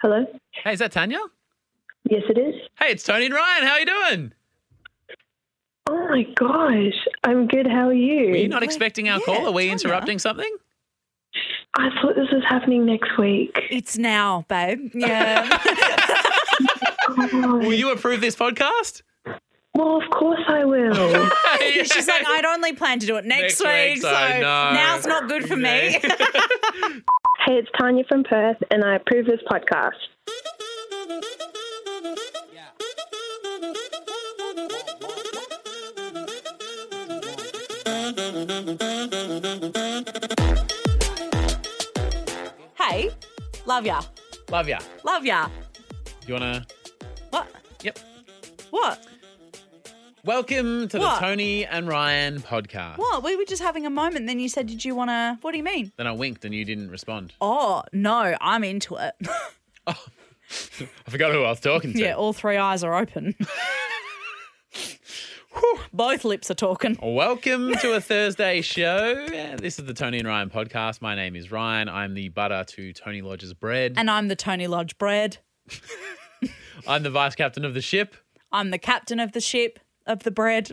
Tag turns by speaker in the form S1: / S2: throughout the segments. S1: Hello?
S2: Hey, is that Tanya?
S1: Yes, it is.
S2: Hey, it's Tony and Ryan. How are you doing?
S1: Oh my gosh. I'm good. How are you?
S2: Were you not expecting our
S3: yeah,
S2: call? Are we
S3: Tanya.
S2: interrupting something?
S1: I thought this was happening next week.
S3: It's now, babe. Yeah.
S2: Oh Will you approve this podcast?
S1: Well, of course I will.
S3: She's like, I'd only plan to do it
S2: Next
S3: next, week,
S2: week,
S3: so
S2: so no.
S3: now's not good for me.
S1: hey, it's Tanya from Perth, and I approve this podcast.
S3: hey, love ya.
S2: Love ya.
S3: Love ya.
S2: You wanna?
S3: What?
S2: Yep.
S3: What?
S2: Welcome to
S3: What?
S2: the Tony and Ryan podcast.
S3: What? We were just having a moment, then you said, Did you want to? What do you mean?
S2: Then I winked and you didn't respond.
S3: Oh, no, I'm into it.
S2: I forgot who I was talking to.
S3: yeah, all three eyes are open. Both lips are talking.
S2: Welcome to a Thursday show. Uh, This is the Tony and Ryan podcast. My name is Ryan. I'm the butter to Tony Lodge's bread.
S3: And I'm the Tony Lodge bread.
S2: I'm the vice captain of the ship.
S3: I'm the captain of the ship of the bread.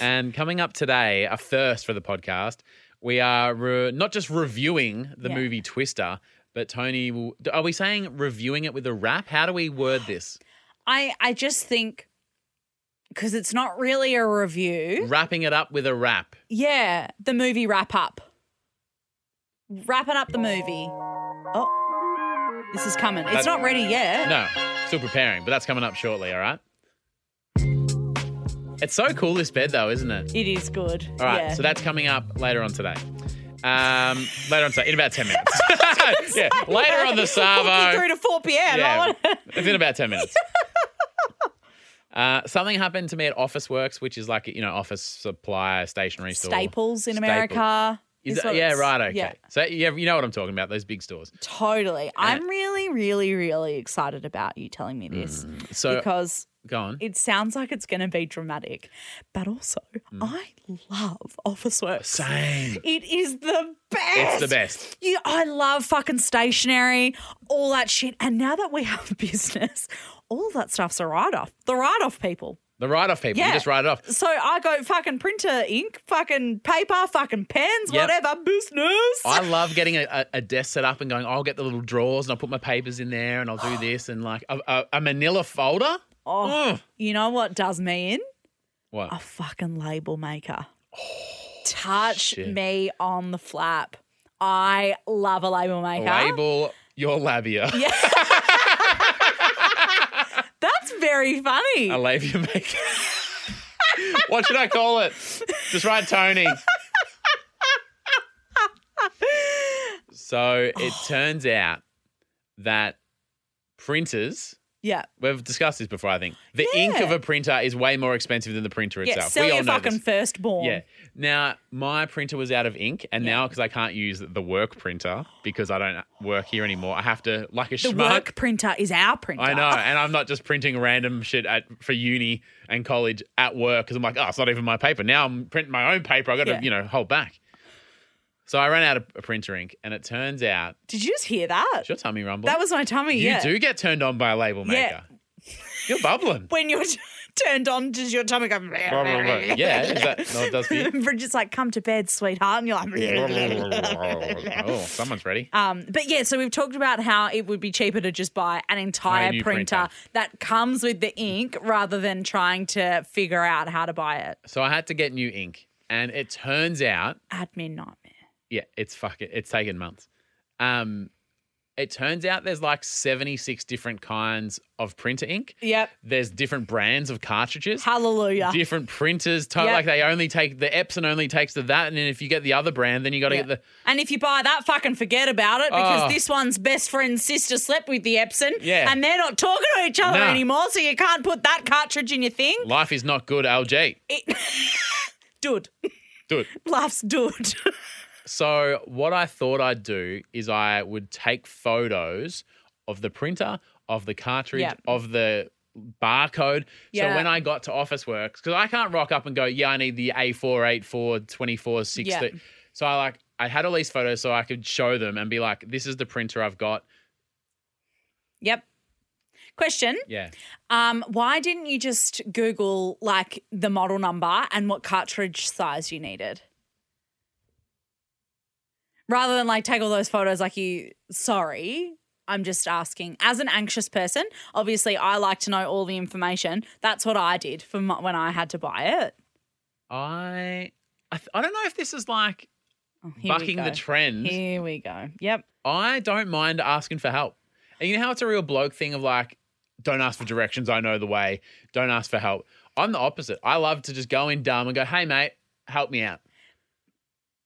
S2: And coming up today, a first for the podcast, we are re- not just reviewing the
S3: Yeah.
S2: movie Twister, but Tony, will, are we saying reviewing it with a rap? How do we word this?
S3: I, I just think because it's not really a review.
S2: Wrapping it up with a rap.
S3: Yeah, the movie wrap up. Wrapping up the movie. Oh, this is coming.
S2: That-
S3: It's not ready yet.
S2: No, still preparing, but that's coming up shortly, all right? It's so cool, this bed, though, isn't it?
S3: It is good.
S2: All right,
S3: yeah.
S2: so that's coming up later on today. Um, later on today, in about 10 minutes. yeah, later on the
S3: Hook you
S2: Savo.
S3: through to 4 p.m. I
S2: Yeah,
S3: want
S2: it's in about 10 minutes. Uh, something happened to me at Office Works, which is like, you know, office supply, stationery store.
S3: Staples in
S2: Staples.
S3: America.
S2: Is
S3: is
S2: that-
S3: what
S2: yeah,
S3: it's-
S2: right, okay.
S3: yeah.
S2: So yeah, you know what I'm talking about, those big stores.
S3: Totally. I'm really, really, really excited about you telling me this
S2: So,
S3: because
S2: go on.
S3: it sounds like it's going to be dramatic. But also, I love Office Works.
S2: Mm. Same.
S3: It is the best.
S2: It's the best.
S3: You, I love fucking stationery, all that shit. And now that we have a business, all that stuff's a write off. The write off people.
S2: The write off people,
S3: Yeah.
S2: you just write it off.
S3: So I go fucking printer ink, fucking paper, fucking pens,
S2: Yep.
S3: whatever, business.
S2: I love getting a, a, a desk set up and going, I'll get the little drawers and I'll put my papers in there and I'll do this and like a, a, a manila folder.
S3: Oh.
S2: Mm.
S3: you know what does me in?
S2: What?
S3: A fucking label maker. Touch
S2: Oh, shit.
S3: me on the flap. I love a label maker.
S2: Label your labia.
S3: Yeah. That's very funny.
S2: A labia maker. what should I call it? Just write Tony. so it turns out that printers.
S3: yeah.
S2: We've discussed this before, I think. The ink
S3: Yeah.
S2: of a printer is way more expensive than the printer
S3: Yeah.
S2: itself.
S3: Sell
S2: we all
S3: your
S2: know
S3: fucking
S2: this.
S3: firstborn.
S2: Yeah. Now my printer was out of ink, and
S3: Yeah.
S2: now because I can't use the work printer because I don't work here anymore, I have to like a
S3: The
S2: schmuck.
S3: work printer is our printer.
S2: I know, and I'm not just printing random shit at for uni and college at work because I'm like, oh, it's not even my paper. Now I'm printing my own paper. I got to
S3: Yeah.
S2: you know hold back. So I ran out of a printer ink, and it turns out
S3: Did you just hear that?
S2: it's your tummy rumble.
S3: That was my tummy.
S2: you
S3: yeah.
S2: do get turned on by a label
S3: Yeah.
S2: maker. You're bubbling.
S3: When you're turned on, does your tummy go?
S2: yeah, is that no, it does for you?
S3: Bridget's like, come to bed, sweetheart. And you're like,
S2: oh, someone's ready.
S3: um, but yeah, so we've talked about how it would be cheaper to just buy an entire
S2: Buy a new
S3: printer,
S2: printer.
S3: that comes with the ink rather than trying to figure out how to buy it
S2: So I had to get new ink, and it turns out,
S3: admin nightmare.
S2: yeah, it's fucking, it's taken months. Um, it turns out there's like 76 different kinds of printer ink.
S3: Yep.
S2: There's different brands of cartridges.
S3: Hallelujah.
S2: Different printers, to-
S3: Yep.
S2: like they only take the Epson only takes to that, and then if you get the other brand, then you got to
S3: Yeah.
S2: get
S3: And if you buy that, fucking forget about it because
S2: Oh.
S3: this one's best friend's sister slept with the Epson
S2: Yeah.
S3: and they're not talking to each other
S2: Nah.
S3: anymore, so you can't put that cartridge in your thing.
S2: the life is not good LG.
S3: Dude,
S2: Do it.
S3: laughs, dude.
S2: So what I thought I'd do is I would take photos of the printer, of the cartridge,
S3: Yeah.
S2: of the barcode.
S3: Yeah.
S2: So when I got to Office Works, because I can't rock up and go, yeah, I need the A484 246.
S3: Yeah.
S2: So I like I had all these photos so I could show them and be like, this is the printer I've got.
S3: Yep. Question.
S2: Yeah.
S3: Um, why didn't you just Google like the model number and what cartridge size you needed? Rather than like take all those photos like you sorry, I'm just asking. As an anxious person, obviously I like to know all the information. That's what I did for my, when I had to buy it.
S2: I I, th- I don't know if this is like
S3: Oh, here we
S2: bucking the
S3: go.
S2: trend.
S3: Here we go. Yep.
S2: I don't mind asking for help. And you know how it's a real bloke thing of like, don't ask for directions. I know the way. Don't ask for help. I'm the opposite. I love to just go in dumb and go, hey, mate, help me out.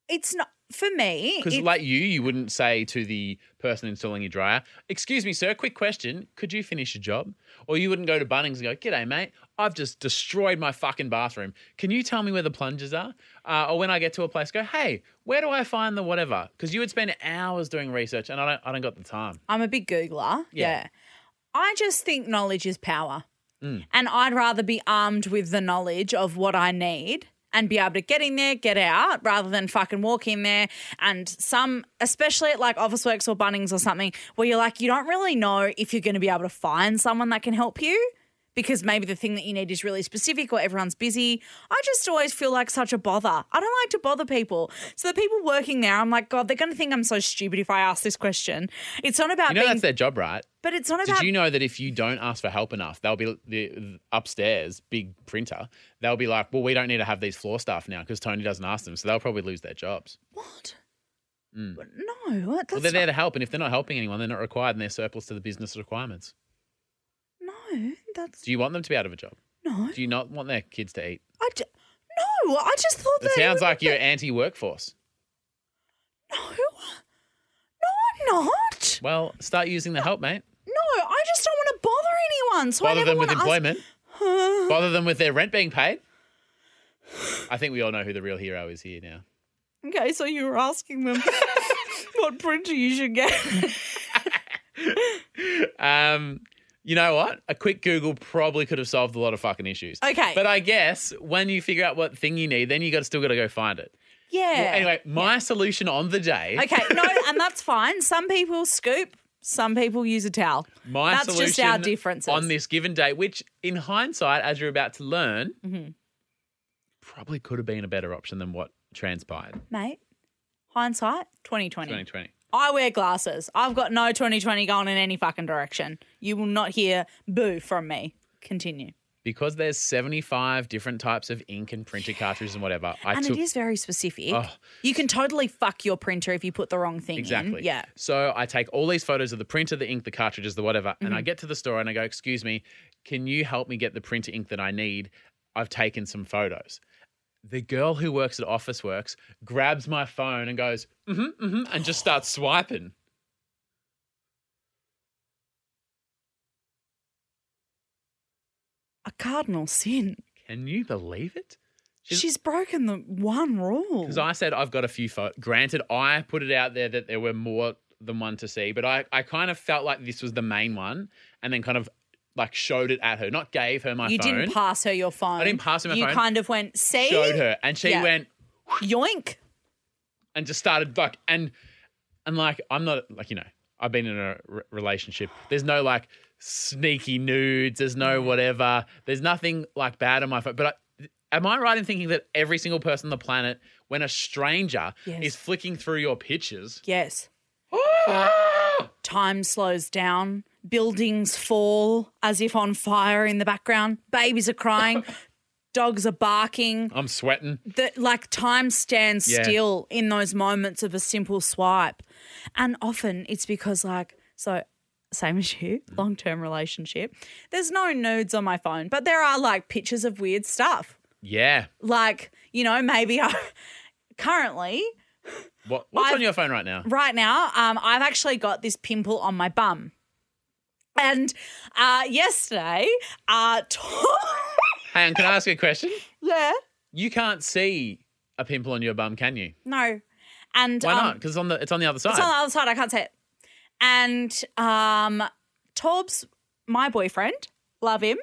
S3: It's not for me.
S2: Because,
S3: it-
S2: like you, you wouldn't say to the person installing your dryer, Excuse me, sir, quick question. Could you finish your job? Or you wouldn't go to Bunnings and go, G'day, mate. I've just destroyed my fucking bathroom. Can you tell me where the plungers are? Uh, or when I get to a place, go, Hey, where do I find the whatever? Because you would spend hours doing research and I don't, I don't got the time.
S3: I'm a big Googler. Yeah.
S2: Yeah.
S3: I just think knowledge is power.
S2: Mm.
S3: And I'd rather be armed with the knowledge of what I need and be able to get in there, get out, rather than fucking walk in there. And some, especially at like Officeworks or Bunnings or something, where you're like, you don't really know if you're going to be able to find someone that can help you because maybe the thing that you need is really specific or everyone's busy. I just always feel like such a bother. I don't like to bother people. So the people working there, I'm like, God, they're going to think I'm so stupid if I ask this question. It's not about
S2: You know,
S3: being,
S2: that's their job, right?
S3: but it's not
S2: Did
S3: about.
S2: you know that if you don't ask for help enough, they'll be the, the upstairs big printer. They'll be like, "Well, we don't need to have these floor staff now because Tony doesn't ask them, so they'll probably lose their jobs."
S3: what? No, what?
S2: Mm. Well,
S3: That's
S2: they're there
S3: not,
S2: to help, and if they're not helping anyone, they're not required, and they're surplus to the business requirements.
S3: no, that's
S2: Do you want them to be out of a job?
S3: no.
S2: Do you not want their kids to eat?
S3: I d- no, I just thought
S2: It
S3: that
S2: sounds
S3: would-
S2: like you're anti-workforce.
S3: no, no, I'm not.
S2: Well, start using the help, mate.
S3: No, I just don't want to bother anyone. So I
S2: Bother
S3: never
S2: them with
S3: want to ask.
S2: employment. Bother them with their rent being paid. I think we all know who the real hero is here now.
S3: Okay, so you were asking them what printer you should get.
S2: Um, you know what? A quick Google probably could have solved a lot of fucking issues.
S3: Okay.
S2: But uh, I guess when you figure out what thing you need, then you got still got to go find it.
S3: yeah.
S2: Well, anyway, my solution on the day.
S3: Okay, no, and that's fine. Some people scoop, some people use a towel.
S2: My
S3: that's
S2: solution
S3: just our differences.
S2: on this given day, which in hindsight, as you're about to learn,
S3: Mm-hmm.
S2: probably could have been a better option than what transpired.
S3: Mate, hindsight 2020.
S2: 2020.
S3: I wear glasses. I've got no 2020 going in any fucking direction. You will not hear boo from me. Continue.
S2: Because there's 75 different types of ink and printer cartridges and whatever. I
S3: and
S2: took
S3: it is very specific.
S2: Oh.
S3: You can totally fuck your printer if you put the wrong thing in.
S2: Exactly.
S3: Yeah.
S2: So I take all these photos of the printer, the ink, the cartridges, the whatever, and
S3: Mm-hmm.
S2: I get to the store and I go, "Excuse me, can you help me get the printer ink that I need? I've taken some photos." The girl who works at Office Works grabs my phone and goes, "Mm-hmm, mm-hmm," and just starts swiping.
S3: A cardinal sin.
S2: Can you believe it? She's-
S3: She's broken the one rule.
S2: Because I said I've got a few photos. Granted, I put it out there that there were more than one to see, but I, I kind of felt like this was the main one, and then kind of like showed it at her, not gave her my
S3: you
S2: phone.
S3: didn't pass her your phone.
S2: I didn't pass her my
S3: you
S2: phone.
S3: You kind of went, see?
S2: showed her, and she
S3: Yeah.
S2: went.
S3: Yoink.
S2: and just started like and and like I'm not like you know I've been in a re- relationship. There's no like sneaky nudes. There's
S3: Mm.
S2: no whatever. There's nothing like bad on my phone. But I, am I right in thinking that every single person on the planet, when a stranger
S3: Yes.
S2: is flicking through your pictures,
S3: Yes. Time slows down. Buildings fall as if on fire in the background. Babies are crying. Dogs are barking.
S2: I'm sweating.
S3: That like time stands
S2: Yeah.
S3: still in those moments of a simple swipe. And often it's because like so same as you,
S2: Mm.
S3: long term relationship. There's no nudes on my phone, but there are like pictures of weird stuff.
S2: Yeah.
S3: Like, you know, maybe I currently
S2: What, what's
S3: I've-
S2: on your phone right now?
S3: right now, um, I've actually got this pimple on my bum. And uh, yesterday, uh, Tom,
S2: Hang on, can I ask you a question?
S3: yeah,
S2: You can't see a pimple on your bum, can you?
S3: no, and
S2: Why
S3: um,
S2: not? Because on the it's on the other side.
S3: It's on the other side. I can't say it. And um, Torb's my boyfriend. Love him.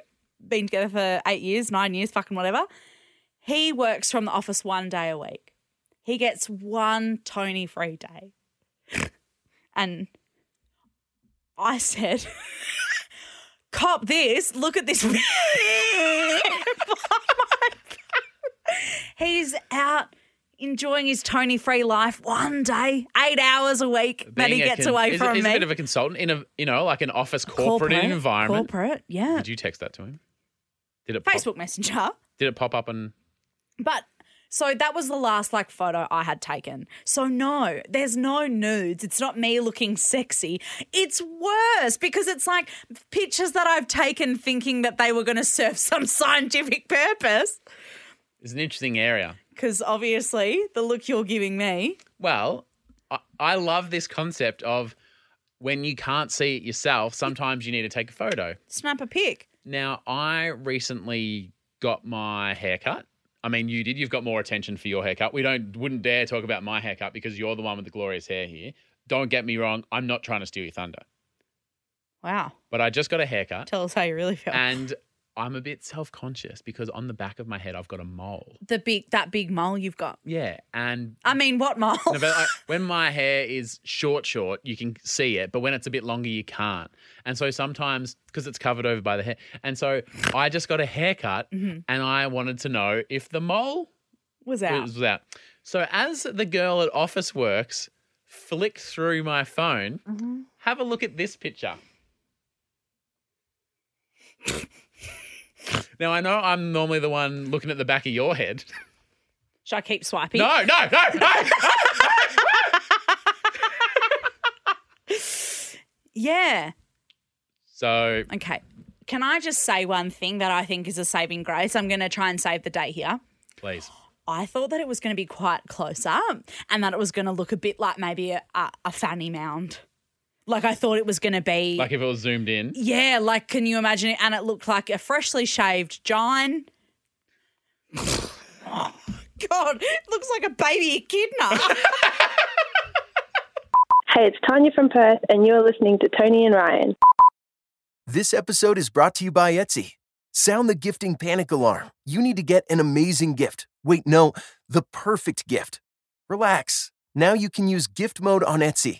S3: Been together for eight years, nine years, fucking whatever. He works from the office one day a week. He gets one Tony free day. and I said, cop this, look at this. He's out enjoying his Tony free life one day, eight hours a week that he
S2: Being a
S3: gets
S2: con-
S3: away
S2: is,
S3: from
S2: is
S3: me.
S2: a bit of a consultant in a you know like an office corporate, environment.
S3: Corporate, yeah.
S2: Did you text that to him? Did it Pop,
S3: Facebook Messenger.
S2: did it pop up and
S3: But so that was the last like photo I had taken. So no, there's no nudes. It's not me looking sexy. It's worse because it's like pictures that I've taken thinking that they were going to serve some scientific purpose
S2: it's an interesting area.
S3: because obviously the look you're giving me.
S2: Well, I, I love this concept of when you can't see it yourself, sometimes you need to take a photo.
S3: Snap a pic.
S2: Now, I recently got my haircut. I mean, you did. You've got more attention for your haircut. We don't wouldn't dare talk about my haircut because you're the one with the glorious hair here. Don't get me wrong, I'm not trying to steal your thunder.
S3: Wow.
S2: But I just got a haircut
S3: Tell us how you really feel.
S2: and I'm a bit self-conscious because on the back of my head I've got a mole.
S3: the big that big mole you've got.
S2: Yeah, and
S3: I mean, what mole?
S2: No, but like, when my hair is short, short, you can see it, but when it's a bit longer, you can't. And so sometimes, because it's covered over by the hair. And so I just got a haircut and I wanted to know if the mole
S3: was out.
S2: was out. So as the girl at Office Works flicked through my phone, have a look at this picture. now I know I'm normally the one looking at the back of your head.
S3: Should I keep swiping?
S2: No, no, no, no.
S3: Yeah.
S2: so
S3: Okay. Can I just say one thing that I think is a saving grace? I'm going to try and save the day here.
S2: please.
S3: I thought that it was going to be quite close up and that it was going to look a bit like maybe a, a, a fanny mound. Like I thought it was going to be.
S2: Like if it was zoomed in.
S3: yeah, like can you imagine it? And it looked like a freshly shaved John. oh, God, it looks like a baby echidna.
S1: Hey, it's Tanya from Perth, and you're listening to Tony and Ryan.
S4: This episode is brought to you by Etsy. Sound the gifting panic alarm. You need to get an amazing gift. Wait, no, the perfect gift. Relax. Now you can use gift mode on Etsy.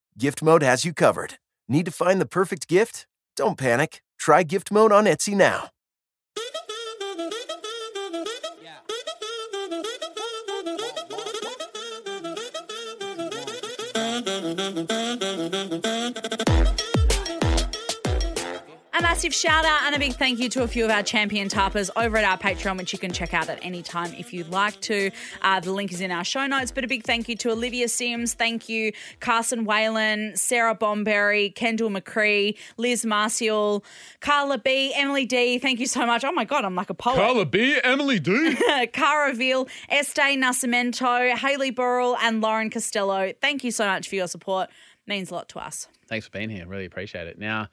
S4: Gift Mode has you covered. Need to find the perfect gift? Don't panic. Try Gift Mode on Etsy now.
S3: A massive shout out and a big thank you to a few of our champion tarpers over at our Patreon, which you can check out at any time if you'd like to. Uh, the link is in our show notes. But a big thank you to Olivia Sims. Thank you, Carson Whalen, Sarah Bomberry, Kendall McCree, Liz Marcial, Carla B, Emily D. Thank you so much. Oh my God, I'm like a poet.
S2: B, Emily D.
S3: Cara Veal, Estee Nascimento, Haley Burrell, and Lauren Costello. Thank you so much for your support. Means a lot to us.
S2: Thanks for being here. Really appreciate it. Now,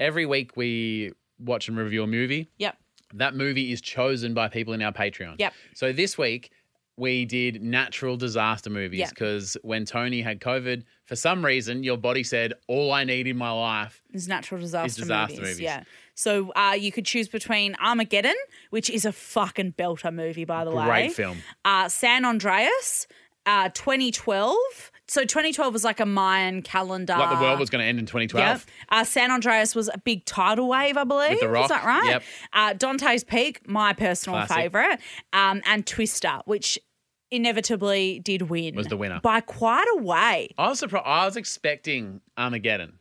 S2: every week we watch and review a movie.
S3: Yep.
S2: That movie is chosen by people in our Patreon.
S3: Yep.
S2: So this week we did natural disaster movies
S3: Yep.
S2: because when Tony had COVID, for some reason your body said, All I need in my life.
S3: It's natural disaster,
S2: disaster
S3: movies.
S2: movies.
S3: Yeah. So uh, you could choose between Armageddon, which is a fucking belter movie, by the way.
S2: Great film.
S3: Uh, San Andreas, uh, 2012. So 2012 was like a Mayan calendar.
S2: Like the world was going to end in 2012.
S3: Uh, Yep. Uh, San Andreas was a big tidal wave, I believe.
S2: With The
S3: Is
S2: Rock,
S3: that right?
S2: yep.
S3: Uh, Dante's Peak, my personal
S2: Classic.
S3: favorite, um, and Twister, which inevitably did win.
S2: Was the winner.
S3: by quite a way.
S2: I was surprised. I was expecting Armageddon.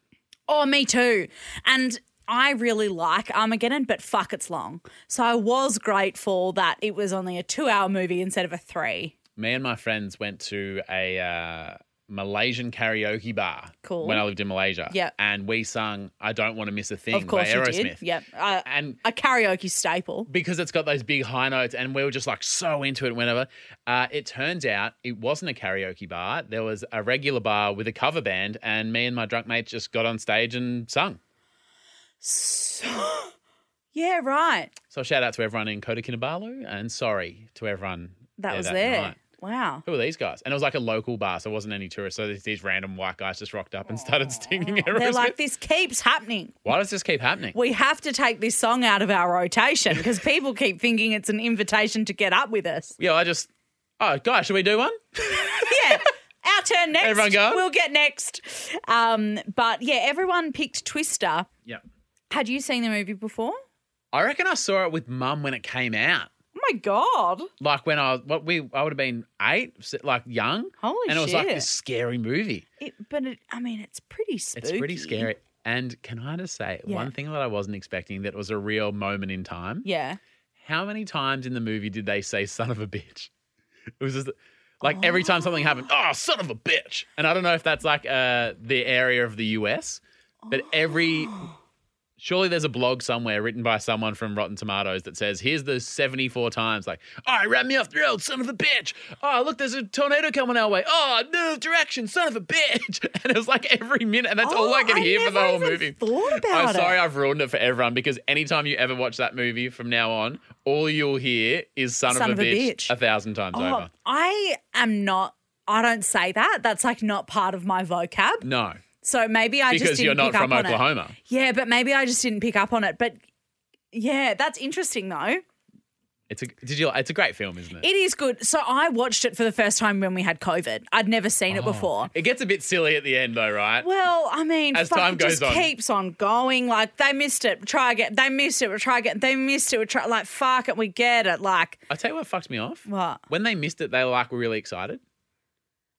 S3: Oh, me too. And I really like Armageddon, but fuck, it's long. So I was grateful that it was only a two hour movie instead of a three.
S2: me and my friends went to a uh, Malaysian karaoke bar.
S3: Cool.
S2: When I lived in Malaysia.
S3: Yep.
S2: And we sung "I Don't Want to Miss a Thing"
S3: Of course,
S2: by
S3: you
S2: Aerosmith.
S3: did. Yep. Uh,
S2: And
S3: a karaoke staple.
S2: because it's got those big high notes, and we were just like so into it. Whenever uh, it turns out it wasn't a karaoke bar, there was a regular bar with a cover band, and me and my drunk mate just got on stage and sung.
S3: So, yeah, right.
S2: So shout out to everyone in Kota Kinabalu and sorry to everyone.
S3: That
S2: there
S3: was
S2: that
S3: there.
S2: night.
S3: Wow.
S2: Who are these guys? And it was like a local bar, so it wasn't any tourists. So these, these random white guys just rocked up and started stinging everyone.
S3: They're like, this keeps happening.
S2: Why does this keep happening?
S3: We have to take this song out of our rotation because people keep thinking it's an invitation to get up with us.
S2: Yeah, I just. Oh, guys, should we do one?
S3: yeah. Our turn next.
S2: Everyone go.
S3: We'll get next. Um, but yeah, everyone picked Twister.
S2: Yeah.
S3: Had you seen the movie before?
S2: I reckon I saw it with mum when it came out.
S3: Oh my god!
S2: Like when I was, what we, I would have been eight, s- like young.
S3: Holy
S2: And it was like
S3: shit.
S2: this scary movie.
S3: It, but it, I mean, it's pretty spooky.
S2: It's pretty scary. And can I just say
S3: Yeah.
S2: one thing that I wasn't expecting that was a real moment in time?
S3: Yeah.
S2: How many times in the movie did they say "son of a bitch"? It was just like every time something happened, oh, son of a bitch. And I don't know if that's like uh, the area of the US, but every
S3: Oh.
S2: surely there's a blog somewhere written by someone from Rotten Tomatoes that says, "Here's the 74 times like, oh, it ran me off the road, son of a bitch. Oh, look, there's a tornado coming our way. Oh, no direction, son of a bitch." And it was like every minute, and that's all I
S3: Oh,
S2: could hear for the
S3: never
S2: whole
S3: even
S2: movie.
S3: Thought about
S2: I'm sorry
S3: it.
S2: I've ruined it for everyone because anytime you ever watch that movie from now on, all you'll hear is son, of, a bitch, a thousand times
S3: Oh,
S2: over.
S3: I am not. I don't say that. That's like not part of my vocab.
S2: No,
S3: So maybe I just
S2: because
S3: didn't
S2: you're not
S3: pick
S2: from
S3: up on it.
S2: Oklahoma.
S3: Yeah, but maybe I just didn't pick up on it. But yeah, that's interesting though.
S2: It's a did you? It's a great film, isn't it?
S3: It is good. So I watched it for the first time when we had COVID. I'd never seen it
S2: Oh.
S3: before.
S2: It gets a bit silly at the end, though, right?
S3: Well, I mean,
S2: As
S3: fuck,
S2: time
S3: it
S2: goes
S3: just
S2: on.
S3: keeps on going. Like they missed it, try again. They missed it, we try again. They missed it, we try. Like fuck it, we get it. Like
S2: I tell you what fucked me off.
S3: what?
S2: When they missed it, they like were really excited.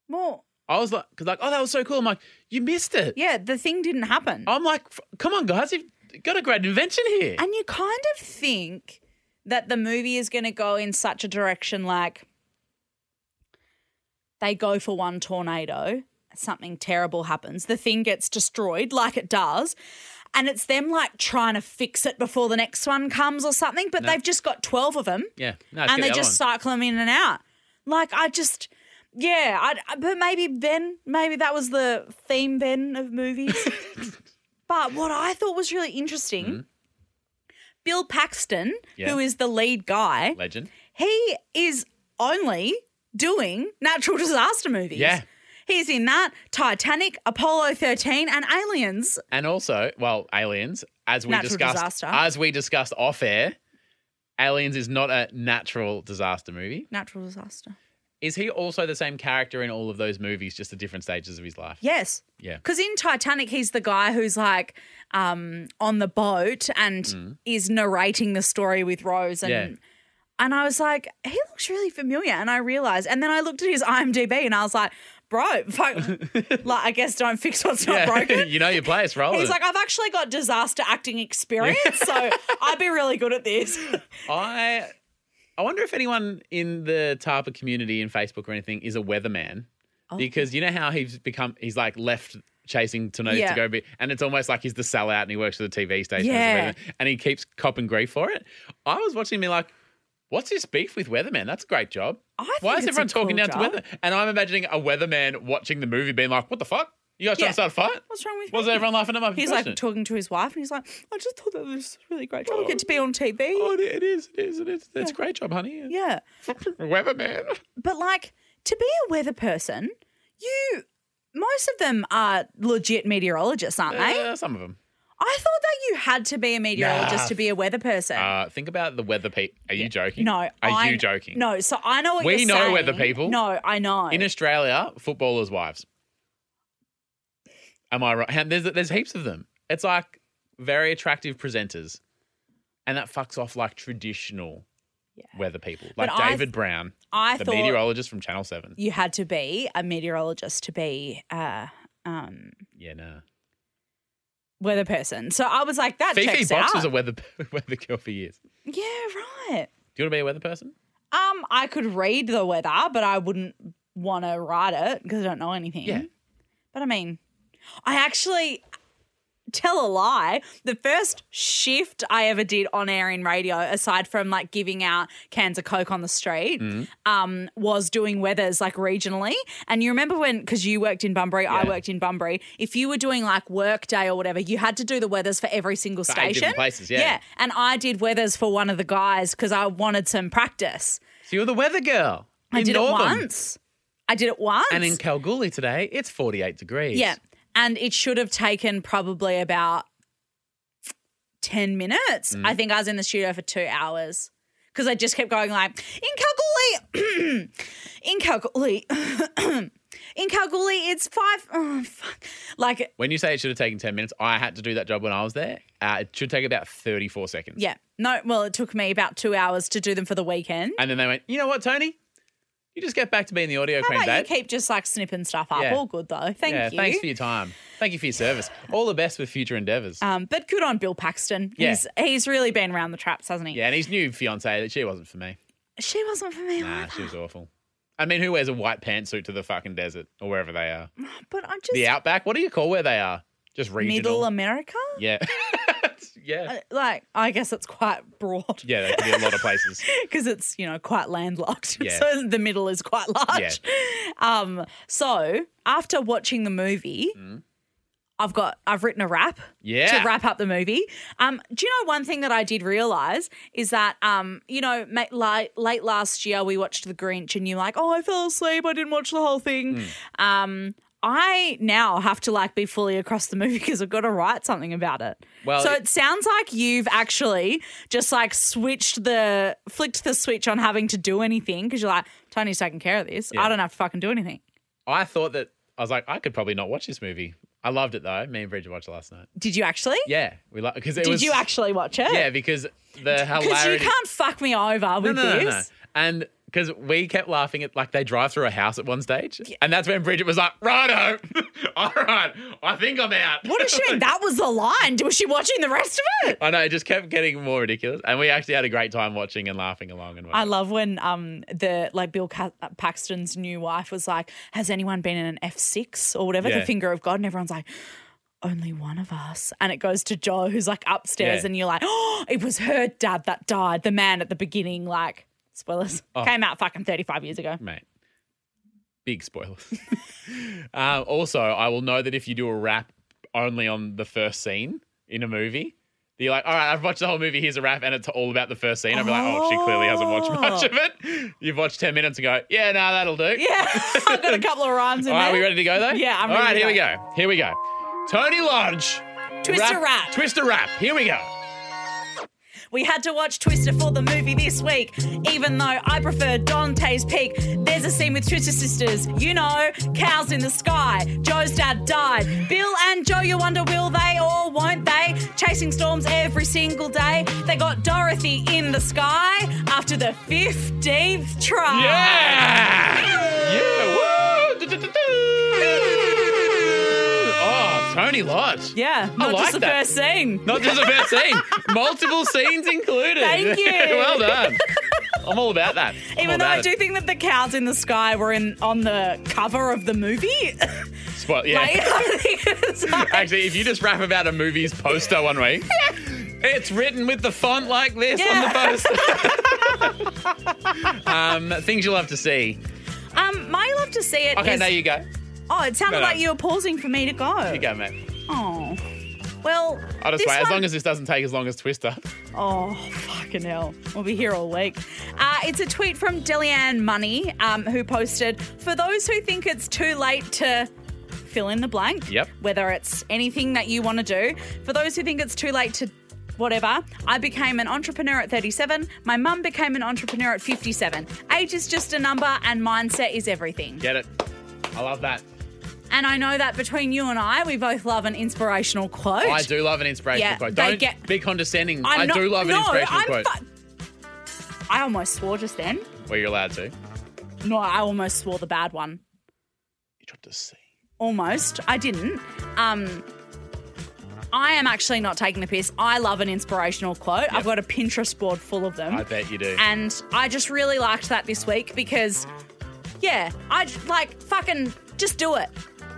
S3: Well,
S2: I was like, cause like, oh, that was so cool. I'm like, you missed it.
S3: yeah, the thing didn't happen,
S2: I'm like, f- come on, guys, you've got a great invention here.
S3: and you kind of think that the movie is going to go in such a direction, like they go for one tornado, something terrible happens, the thing gets destroyed, like it does. And it's them like trying to fix it before the next one comes or something, but they've just got 12 of them.
S2: yeah, no, it's
S3: and
S2: good,
S3: they
S2: the other
S3: just
S2: one.
S3: cycle them in and out. Like I just, yeah. I but maybe then maybe that was the theme then of movies. but what I thought was really interesting, Bill Paxton,
S2: Mm-hmm. Yeah.
S3: who is the lead guy,
S2: legend.
S3: he is only doing natural disaster movies.
S2: Yeah.
S3: He's in that Titanic, Apollo 13, and Aliens.
S2: And also, well, aliens, as we
S3: Natural
S2: discussed,
S3: disaster.
S2: as we discussed off air, aliens is not a natural disaster movie.
S3: Natural disaster.
S2: Is he also the same character in all of those movies, just at different stages of his life?
S3: Yes.
S2: Yeah.
S3: Because in Titanic, he's the guy who's like um, on the boat and is narrating the story with Rose. And,
S2: Mm. Yeah.
S3: and I was like, he looks really familiar. And I realized, and then I looked at his IMDb and I was like, bro, fuck, like, I guess don't fix what's not broken.
S2: you know your place, roll
S3: He's
S2: it.
S3: like, I've actually got disaster acting experience, so I'd be really good at this.
S2: I I wonder if anyone in the Tarpa community in Facebook or anything is a weatherman.
S3: Oh.
S2: Because you know how he's become he's like left chasing tornadoes
S3: Yeah.
S2: to go be and it's almost like he's the sellout and he works for the TV station as a
S3: Yeah.
S2: weatherman, and he keeps copping grief for it. I was watching me like What's this beef with weatherman? That's a great job.
S3: I think
S2: Why is
S3: it's a
S2: everyone talking
S3: cool
S2: down
S3: job.
S2: to weather? And I'm imagining a weatherman watching the movie being like, "What the fuck? You guys
S3: Yeah.
S2: trying to start a fight?
S3: What's wrong with
S2: What's
S3: me?
S2: everyone laughing at my
S3: He's like
S2: impression?
S3: talking to his wife, and he's like, I just thought that was really great. job. I get to be on TV.
S2: Oh, it is, it is, it is. It's a great job, honey.
S3: Yeah.
S2: Weatherman.
S3: But like to be a weather person, you most of them are legit meteorologists, aren't they?
S2: Uh, some of them.
S3: I thought that you had to be a meteorologist
S2: Nah.
S3: to be a weather person.
S2: Uh, think about the weather people. Are you joking?
S3: no,
S2: Are
S3: I,
S2: you joking?
S3: No, so I know what
S2: We
S3: you're
S2: know weather
S3: saying.
S2: people.
S3: No, I know.
S2: In Australia, footballers' wives. Am I right? And There's there's heaps of them. It's like very attractive presenters, and that fucks off like traditional weather people, like
S3: But I-
S2: David Brown,
S3: I
S2: the
S3: thought
S2: meteorologist from Channel Seven.
S3: you had to be a meteorologist to be a um,
S2: Yeah, no.
S3: weather person. So I was like, that
S2: Fifi
S3: checks
S2: Box was
S3: out.
S2: a weather weather girl for years.
S3: yeah, right.
S2: Do you want to be a weather person?
S3: Um, I could read the weather, but I wouldn't want to write it because I don't know anything.
S2: Yeah.
S3: But I mean, I actually tell a lie. The first shift I ever did on air in radio, aside from like giving out cans of Coke on the street,
S2: Mm.
S3: um, was doing weathers like regionally. And you remember when, because you worked in Bunbury, I
S2: Yeah.
S3: worked in Bunbury, if you were doing like work day or whatever, you had to do the weathers for every single
S2: eight different
S3: station.
S2: places, yeah.
S3: Yeah. And I did weathers for one of the guys because I wanted some practice.
S2: So you're the weather girl.
S3: I
S2: in
S3: did
S2: Northam.
S3: it once. I did it once.
S2: And in Kalgoorlie today, it's 48 degrees.
S3: Yeah. And it should have taken probably about 10 minutes.
S2: Mm.
S3: I think I was in the studio for two hours because I just kept going like, in Kalgoorlie, in Kalgoorlie, in Kalgoorlie, it's five, oh, fuck. Like,
S2: When you say it should have taken 10 minutes, I had to do that job when I was there. Uh, it should take about 34 seconds.
S3: yeah. No, well, it took me about two hours to do them for the weekend.
S2: And then they went, you know what, Tony? You just get back to being the audio
S3: How
S2: queen,
S3: about you
S2: babe.
S3: keep just like snipping stuff up?
S2: Yeah.
S3: All good though. Thank
S2: yeah,
S3: you.
S2: thanks for your time. Thank you for your service. All the best with future endeavors.
S3: um, but good on Bill Paxton.
S2: Yeah.
S3: He's he's really been around the traps, hasn't he?
S2: yeah, and his new fiance, she wasn't for me.
S3: She wasn't for me.
S2: Nah,
S3: either.
S2: she was awful. I mean, who wears a white pantsuit to the fucking desert or wherever they are?
S3: But I just
S2: The outback? What do you call where they are? Just regional.
S3: middle America?
S2: yeah. yeah.
S3: Uh, Like, I guess it's quite broad
S2: Yeah, there could be a lot of places.
S3: because it's, you know, quite landlocked.
S2: Yeah.
S3: So the middle is quite large. Um, so after watching the movie,
S2: Mm.
S3: I've got I've written a rap
S2: Yeah.
S3: to wrap up the movie. Um, do you know one thing that I did realize is that um, you know, ma- li- late last year we watched The Grinch, and you're like, oh, I fell asleep, I didn't watch the whole thing.
S2: Hmm.
S3: Um, I now have to like be fully across the movie because I've got to write something about it.
S2: Well,
S3: so
S2: it-
S3: it sounds like you've actually just like switched the flicked the switch on having to do anything because you're like, Tony's taking care of this. I don't have to fucking do anything.
S2: I thought that I was like, I could probably not watch this movie. I loved it though. Me and Bridget watched it last night.
S3: Did you actually?
S2: Yeah, we like because it
S3: Did
S2: was.
S3: you actually watch it?
S2: Yeah, because the
S3: Because you
S2: hilarity.
S3: can't fuck me over
S2: no,
S3: with
S2: no, no,
S3: this.
S2: no. And because we kept laughing at like they drive through a house at one stage, and that's when Bridget was like, "Righto, all right, I think I'm out."
S3: What a shame that was the line. Was she watching the rest of it?
S2: I know, it just kept getting more ridiculous, and we actually had a great time watching and laughing along. And
S3: I love when um the like Bill Ca- uh, Paxton's new wife was like, "Has anyone been in an F six or whatever
S2: Yeah.
S3: the finger of God?" And everyone's like. Only one of us, and it goes to Joe, who's like upstairs,
S2: Yeah.
S3: and you're like, "Oh, it was her dad that died." The man at the beginning, like spoilers, came out fucking 35 years ago.
S2: mate. Big spoilers. um, also, I will know that if you do a rap only on the first scene in a movie, that you're like, all right, I've watched the whole movie. Here's a rap, and it's all about the first scene. I'll be like, oh, she clearly hasn't watched much of it. You've watched ten minutes and go, yeah, no, that'll do.
S3: Yeah, I've got a couple of rhymes in
S2: All right,
S3: there.
S2: we ready to go though?
S3: Yeah, I'm
S2: All right,
S3: ready to
S2: here we go. Here we go. Tony Lodge.
S3: Twist a rap.
S2: Twist a rap. Here we go.
S3: We had to watch Twister for the movie this week, even though I prefer Dante's Peak. There's a scene with Twister sisters, you know, cows in the sky. Joe's dad died. Bill and Joe, you wonder will they or won't they? Chasing storms every single day. They got Dorothy in the sky after the 15th try.
S2: Yeah. Yeah. Woo. Du-du-du-du. Oh, Tony Lodge.
S3: Yeah, not
S2: like
S3: just the
S2: that.
S3: first scene.
S2: Not just the first scene, multiple scenes included.
S3: Thank you.
S2: well done. I'm all about that. I'm all
S3: Even though
S2: about
S3: I do
S2: it.
S3: think that the cows in the sky were in on the cover of the movie.
S2: Spot- yeah.
S3: Like, I think it's like-
S2: Actually, if you just rap about a movie's poster one week, it's written with the font like this
S3: Yeah.
S2: on the poster. um, things you'll have to see.
S3: Um, my love to see it
S2: Okay,
S3: is-
S2: now you go.
S3: oh, it sounded
S2: No, no.
S3: like you were pausing for me to go.
S2: You go, mate.
S3: Oh, well.
S2: I'll just
S3: this
S2: wait. As
S3: one-
S2: long as this doesn't take as long as Twister.
S3: Oh, fucking hell. We'll be here all week. Uh, it's a tweet from Delianne Money, um, who posted For those who think it's too late to fill in the blank,
S2: Yep.
S3: whether it's anything that you want to do, for those who think it's too late to whatever, I became an entrepreneur at 37. My mum became an entrepreneur at 57. Age is just a number, and mindset is everything.
S2: Get it? I love that.
S3: And I know that between you and I, we both love an inspirational quote.
S2: I do love an inspirational
S3: Yeah,
S2: quote.
S3: they
S2: Don't
S3: get-
S2: be condescending.
S3: I'm
S2: I
S3: not-
S2: do love
S3: no,
S2: an inspirational
S3: I'm
S2: quote.
S3: fu- I almost swore just then.
S2: well, you're allowed to. You
S3: No, I almost swore the bad one.
S2: dropped a C.
S3: Almost. I didn't. Um, I am actually not taking the piss. I love an inspirational quote. I've got a Pinterest board full of them.
S2: I bet you do.
S3: And I just really liked that this week because, yeah, I j- like fucking just do it.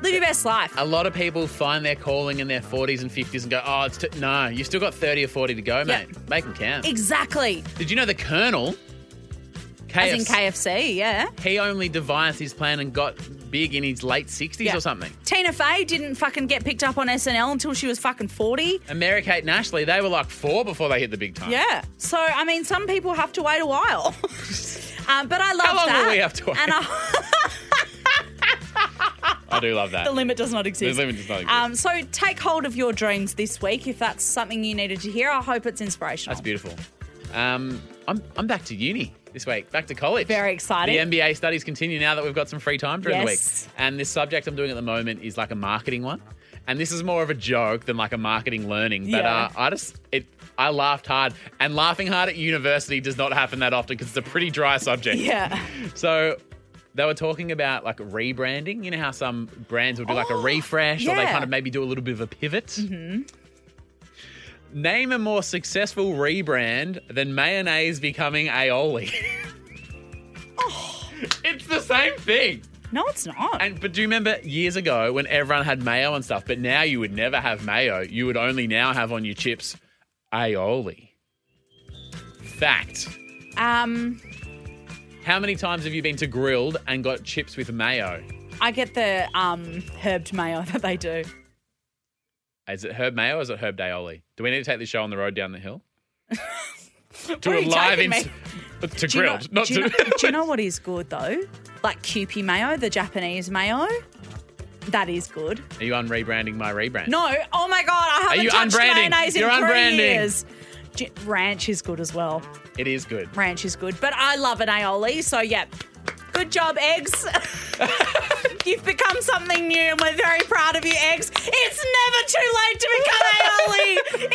S3: Live your best life.
S2: A lot of people find their calling in their 40s and 50s and go, oh, it's t-. no, you still got 30 or 40 to go,
S3: Yeah.
S2: mate. Make them count.
S3: Exactly.
S2: Did you know the Colonel,
S3: As in KFC, yeah.
S2: he only devised his plan and got big in his late 60s
S3: Yeah.
S2: or something?
S3: Tina Fey didn't fucking get picked up on SNL until she was fucking 40.
S2: And Mary Kate and Ashley, they were like four before they hit the big time.
S3: Yeah. So, I mean, some people have to wait a while. um, but I love
S2: long
S3: that.
S2: will we have to wait?
S3: And I,
S2: I do love that.
S3: the limit does not exist.
S2: The limit does not exist.
S3: Um, so take hold of your dreams this week if that's something you needed to hear. I hope it's inspirational.
S2: That's beautiful. Um, I'm, I'm back to uni this week, back to college.
S3: Very exciting.
S2: The MBA studies continue now that we've got some free time during
S3: Yes.
S2: the week. And this subject I'm doing at the moment is like a marketing one. And this is more of a joke than like a marketing learning. But
S3: Yeah.
S2: uh, I just, it, I laughed hard. And laughing hard at university does not happen that often because it's a pretty dry subject.
S3: Yeah.
S2: So they were talking about like rebranding. You know how some brands will do like a
S3: Oh,
S2: refresh or they
S3: yeah. Mm-hmm.
S2: kind of maybe do a little bit of a pivot? Name a more successful rebrand than mayonnaise becoming aioli.
S3: Oh.
S2: It's the same thing.
S3: No, it's not.
S2: And but do you remember years ago when everyone had mayo and stuff, but now you would never have mayo. You would only now have on your chips aioli. Fact.
S3: um,
S2: How many times have you been to grilled and got chips with mayo?
S3: I get the um, herbed mayo that they do.
S2: Is it herb mayo or is it herb aioli? Do we need to take this show on the road down the hill? to
S3: Where are you taking
S2: ins-
S3: me?
S2: to
S3: Do you
S2: grilled,
S3: know-
S2: not
S3: do
S2: to.
S3: you know- do you know what is good though? Like Kewpie mayo, the Japanese mayo. That is good.
S2: Are you unrebranding my rebrand?
S3: No, oh my god, I haven't
S2: you
S3: touched
S2: unbranding?
S3: mayonnaise in
S2: You're
S3: three
S2: unbranding.
S3: years. J- Ranch is good as well.
S2: It is good.
S3: Ranch is good, but I love an aioli. So yeah, good job, eggs. You've become something new, and we're very proud of you, eggs. It's never too late to become aioli.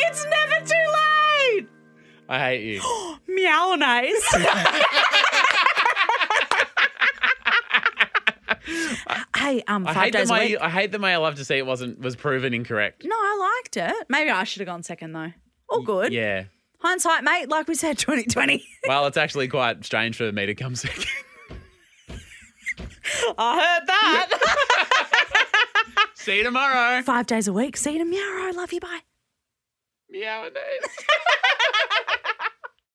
S3: It's never too late.
S2: I hate you.
S3: Meownise. hey, um,
S2: I
S3: five
S2: hate, that
S3: days a
S2: my,
S3: week.
S2: I hate that my I love to see it wasn't was proven incorrect.
S3: No, I liked it. Maybe I should have gone second though. All good.
S2: Yeah.
S3: Hindsight, mate. Like we said, twenty twenty.
S2: Well, it's actually quite strange for me to come second.
S3: I heard that.
S2: See you tomorrow.
S3: five days a week. See you tomorrow. Love you. Bye.
S2: Meow and